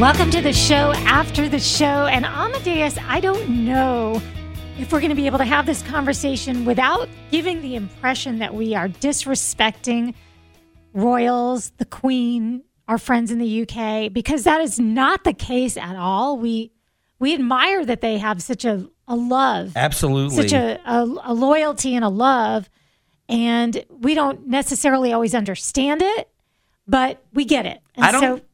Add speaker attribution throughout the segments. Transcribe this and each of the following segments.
Speaker 1: Welcome to the show after the show. And Amadeus, I don't know if we're going to be able to have this conversation without giving the impression that we are disrespecting royals, the queen, our friends in the UK, because that is not the case at all. We we admire that they have such a, a love,
Speaker 2: Absolutely.
Speaker 1: such a, a, a loyalty and a love. And we don't necessarily always understand it, but we get it. And
Speaker 2: I don't.
Speaker 1: so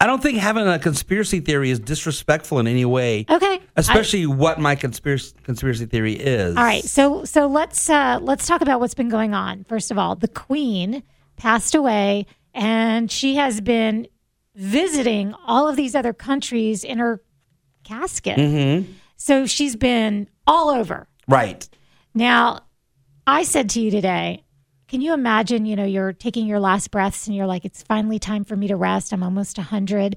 Speaker 2: I don't think having a conspiracy theory is disrespectful in any way.
Speaker 1: Okay.
Speaker 2: Especially what my conspiracy conspiracy theory is.
Speaker 1: All right, so so let's uh, let's talk about what's been going on. First of all, the Queen passed away, and she has been visiting all of these other countries in her casket. So she's been all over.
Speaker 2: Right.
Speaker 1: Now, I said to you today, can you imagine? You know, you're taking your last breaths, and you're like, it's finally time for me to rest. I'm almost hundred,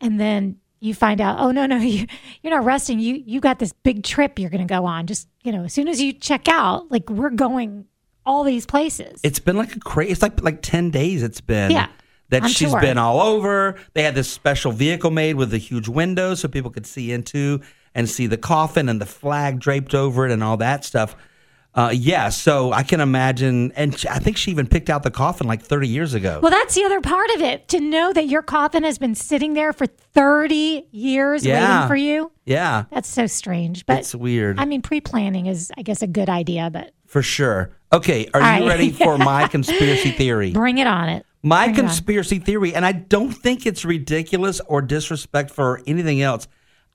Speaker 1: and then you find out, oh no, no, you you're not resting. You you got this big trip you're going to go on. Just you know, as soon as you check out, like we're going all these places.
Speaker 2: It's been like a crazy. It's like like ten days. It's been.
Speaker 1: Yeah,
Speaker 2: That
Speaker 1: I'm
Speaker 2: she's
Speaker 1: sure.
Speaker 2: been all over. They had this special vehicle made with a huge window so people could see into and see the coffin and the flag draped over it and all that stuff. Uh, yeah, so I can imagine, and she- I think she even picked out the coffin like 30 years ago.
Speaker 1: well, that's the other part of it to know that your coffin has been sitting there for 30 years
Speaker 2: Yeah.
Speaker 1: waiting for you.
Speaker 2: yeah,
Speaker 1: That's so strange. But
Speaker 2: it's weird.
Speaker 1: I mean, pre planning is, I guess, a good idea, but
Speaker 2: For sure. Okay, are you
Speaker 1: right.
Speaker 2: ready for my conspiracy theory?
Speaker 1: bring it on it.
Speaker 2: My conspiracy theory, and I don't think it's ridiculous or disrespectful or anything else.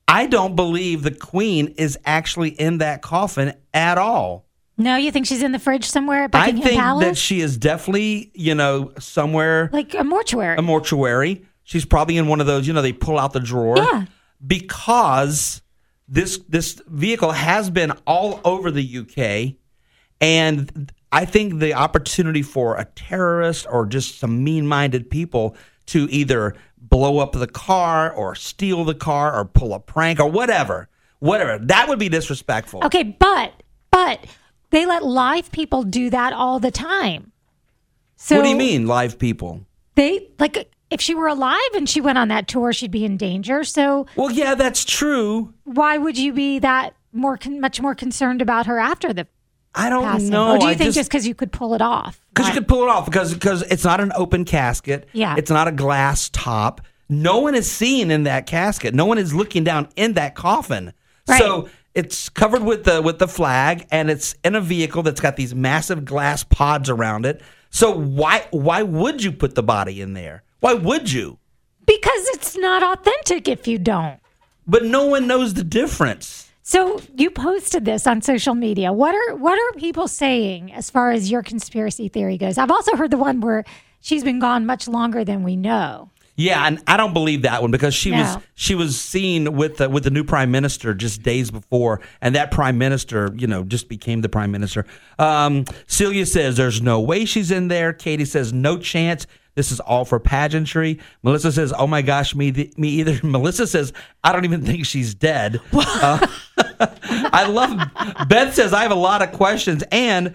Speaker 2: I don't believe the queen is actually in that coffin at all.
Speaker 1: No, you think she's in the fridge somewhere at
Speaker 2: I
Speaker 1: Buckingham
Speaker 2: think that
Speaker 1: Palace?
Speaker 2: she is definitely, you know, somewhere
Speaker 1: like a mortuary.
Speaker 2: a mortuary. She's probably in one of those, you know, they pull out the drawer.
Speaker 1: Yeah.
Speaker 2: Because this this vehicle has been all over the UK and I think the opportunity for a terrorist or just some mean-minded people to either blow up the car or steal the car or pull a prank or whatever, whatever. That would be disrespectful.
Speaker 1: okay, but but they let live people do that all the time. So
Speaker 2: what do you mean live people?
Speaker 1: They like if she were alive and she went on that tour, she'd be in danger. So
Speaker 2: Well, yeah, that's true.
Speaker 1: why would you be that more con- much more concerned about her after the
Speaker 2: I don't
Speaker 1: passing?
Speaker 2: know.
Speaker 1: or do you
Speaker 2: I
Speaker 1: think
Speaker 2: just
Speaker 1: just because you could pull it off?
Speaker 2: Because you
Speaker 1: Why-
Speaker 2: could pull it off because because it's not an open casket.
Speaker 1: Yeah.
Speaker 2: It's not a glass top. No one is seen in that casket. No one is looking down in that coffin.
Speaker 1: Right.
Speaker 2: So it's covered with the with the flag and it's in a vehicle that's got these massive glass pods around it. So why why would you put the body in there? Why would you?
Speaker 1: because it's not authentic if you don't.
Speaker 2: But no one knows the difference.
Speaker 1: So you posted this on social media. What are what are people saying as far as your conspiracy theory goes? I've also heard the one where she's been gone much longer than we know.
Speaker 2: Yeah, and I don't believe that one because she was
Speaker 1: No.
Speaker 2: she was seen with the, with the new prime minister just days before, and that prime minister, you know, just became the prime minister. Um, Celia says there's no way she's in there. Katie says no chance. This is all for pageantry. Melissa says, "Oh my gosh, me the, me either." Melissa says, "I don't even think she's dead." Uh, I love. Beth says, "I have a lot of questions and."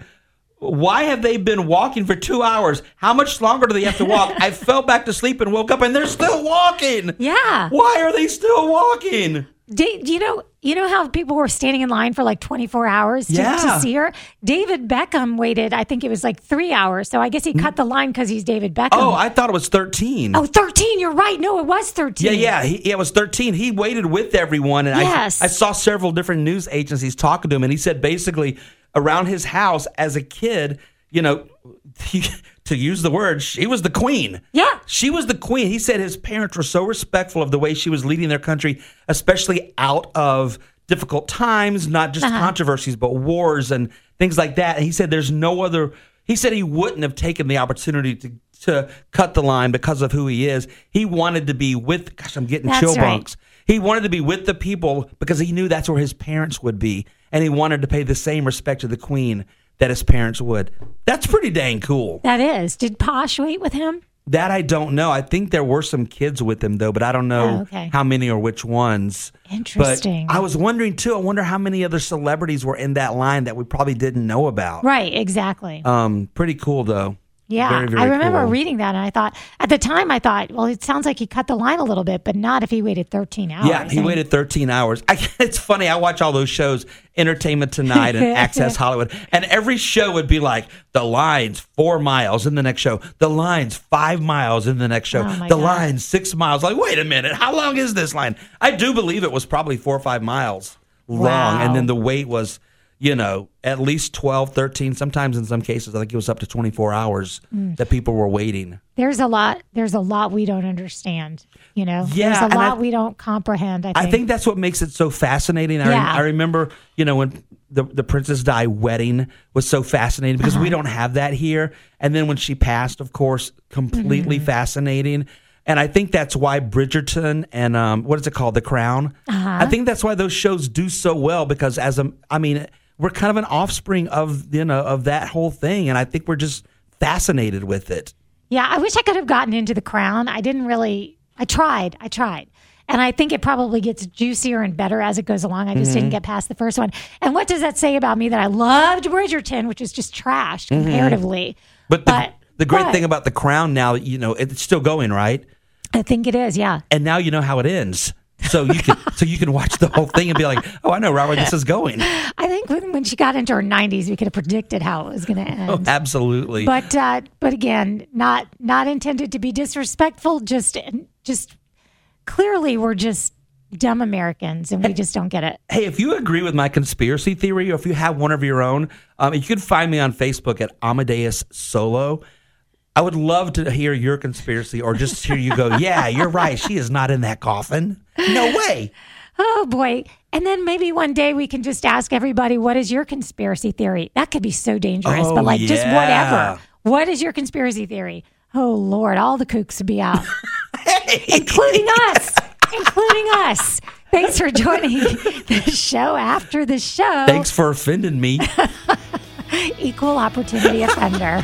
Speaker 2: Why have they been walking for two hours? How much longer do they have to walk? I fell back to sleep and woke up and they're still walking.
Speaker 1: Yeah.
Speaker 2: Why are they still walking?
Speaker 1: Da- you know you know how people were standing in line for like 24 hours to,
Speaker 2: Yeah.
Speaker 1: to see her? David Beckham waited, I think it was like 3 hours. So I guess he cut the line cuz he's David Beckham.
Speaker 2: Mm. Oh, I thought it was 13.
Speaker 1: Oh, 13, you're right. No, it was 13.
Speaker 2: Yeah, yeah, he, yeah, it was 13. He waited with everyone. And
Speaker 1: Yes.
Speaker 2: I, I saw several different news agencies talking to him. And he said basically around his house as a kid, you know, he, to use the word, she was the queen.
Speaker 1: Yeah.
Speaker 2: She was the queen. He said his parents were so respectful of the way she was leading their country, especially out of difficult times, not just controversies, but wars and things like that. And he said there's no other. He said he wouldn't have taken the opportunity to to cut the line because of who he is. He wanted to be with. Gosh, I'm getting
Speaker 1: That's
Speaker 2: chill
Speaker 1: right.
Speaker 2: bumps. He wanted to be with the people because he knew that's where his parents would be, and he wanted to pay the same respect to the queen that his parents would. That's pretty dang cool.
Speaker 1: That is. Did Posh wait with him?
Speaker 2: That I don't know. I think there were some kids with him though, but I don't know
Speaker 1: Oh, okay.
Speaker 2: how many or which ones.
Speaker 1: Interesting.
Speaker 2: But I was wondering too. I wonder how many other celebrities were in that line that we probably didn't know about.
Speaker 1: Right, exactly.
Speaker 2: Um, pretty cool though.
Speaker 1: Yeah,
Speaker 2: Very, very
Speaker 1: I remember
Speaker 2: cool.
Speaker 1: reading that, and I thought at the time I thought, well, it sounds like he cut the line a little bit, but not if he waited 13 hours.
Speaker 2: Yeah, he
Speaker 1: And-
Speaker 2: waited 13 hours. I, it's funny. I watch all those shows, Entertainment Tonight and Access Hollywood, and every show would be like the lines four miles in the next show, the lines five miles in the next show,
Speaker 1: Oh, my
Speaker 2: the
Speaker 1: God.
Speaker 2: line six miles. Like, wait a minute, how long is this line? I do believe it was probably four or five miles long, and
Speaker 1: Wow.
Speaker 2: then the wait was. You know, at least 12, 13, sometimes in some cases, I think it was up to 24 hours
Speaker 1: Mm.
Speaker 2: that people were waiting.
Speaker 1: There's a lot. There's a lot we don't understand. You know,
Speaker 2: Yeah,
Speaker 1: there's
Speaker 2: and
Speaker 1: a
Speaker 2: I-
Speaker 1: lot we don't comprehend. I think.
Speaker 2: I think that's what makes it so fascinating. I, rem-
Speaker 1: Yeah.
Speaker 2: I remember, you know, when the the Princess Di wedding was so fascinating because
Speaker 1: Uh-huh.
Speaker 2: we don't have that here. And then when she passed, of course, completely
Speaker 1: Mm-hmm.
Speaker 2: fascinating. And I think that's why Bridgerton and um, what is it called, The Crown.
Speaker 1: Uh-huh.
Speaker 2: I think that's why those shows do so well because as a, I mean, we're kind of an offspring of you know of that whole thing, and I think we're just fascinated with it.
Speaker 1: Yeah, I wish I could have gotten into the crown. I didn't really. I tried. I tried. And I think it probably gets juicier and better as it goes along. I just
Speaker 2: Mm-hmm.
Speaker 1: didn't get past the first one. And what does that say about me that I loved Bridgerton, which is just trash comparatively?
Speaker 2: Mm-hmm. But the,
Speaker 1: But-
Speaker 2: the great
Speaker 1: but-
Speaker 2: thing about The Crown now, you know, it's still going right.
Speaker 1: I think it is. Yeah.
Speaker 2: and now you know how it ends. So you can so you can watch the whole thing and be like, oh, I know right where this is going.
Speaker 1: I think when, when she got into her 90s, we could have predicted how it was going to
Speaker 2: Oh,
Speaker 1: end.
Speaker 2: Absolutely.
Speaker 1: But uh, but again, not not intended to be disrespectful. Just just clearly, we're just dumb Americans, and we just don't get it.
Speaker 2: hey, if you agree with my conspiracy theory, or if you have one of your own, um, you can find me on Facebook at Amadeus Solo. I would love to hear your conspiracy, or just hear you go, yeah, you're right. She is not in that coffin. No way.
Speaker 1: Oh boy. And then maybe one day we can just ask everybody, what is your conspiracy theory? That could be so dangerous,
Speaker 2: Oh,
Speaker 1: but like just
Speaker 2: yeah.
Speaker 1: whatever. What is your conspiracy theory? Oh Lord, all the kooks would be out,
Speaker 2: Hey.
Speaker 1: including us, including us. Thanks for joining the show after the show.
Speaker 2: Thanks for offending me.
Speaker 1: Equal opportunity offender.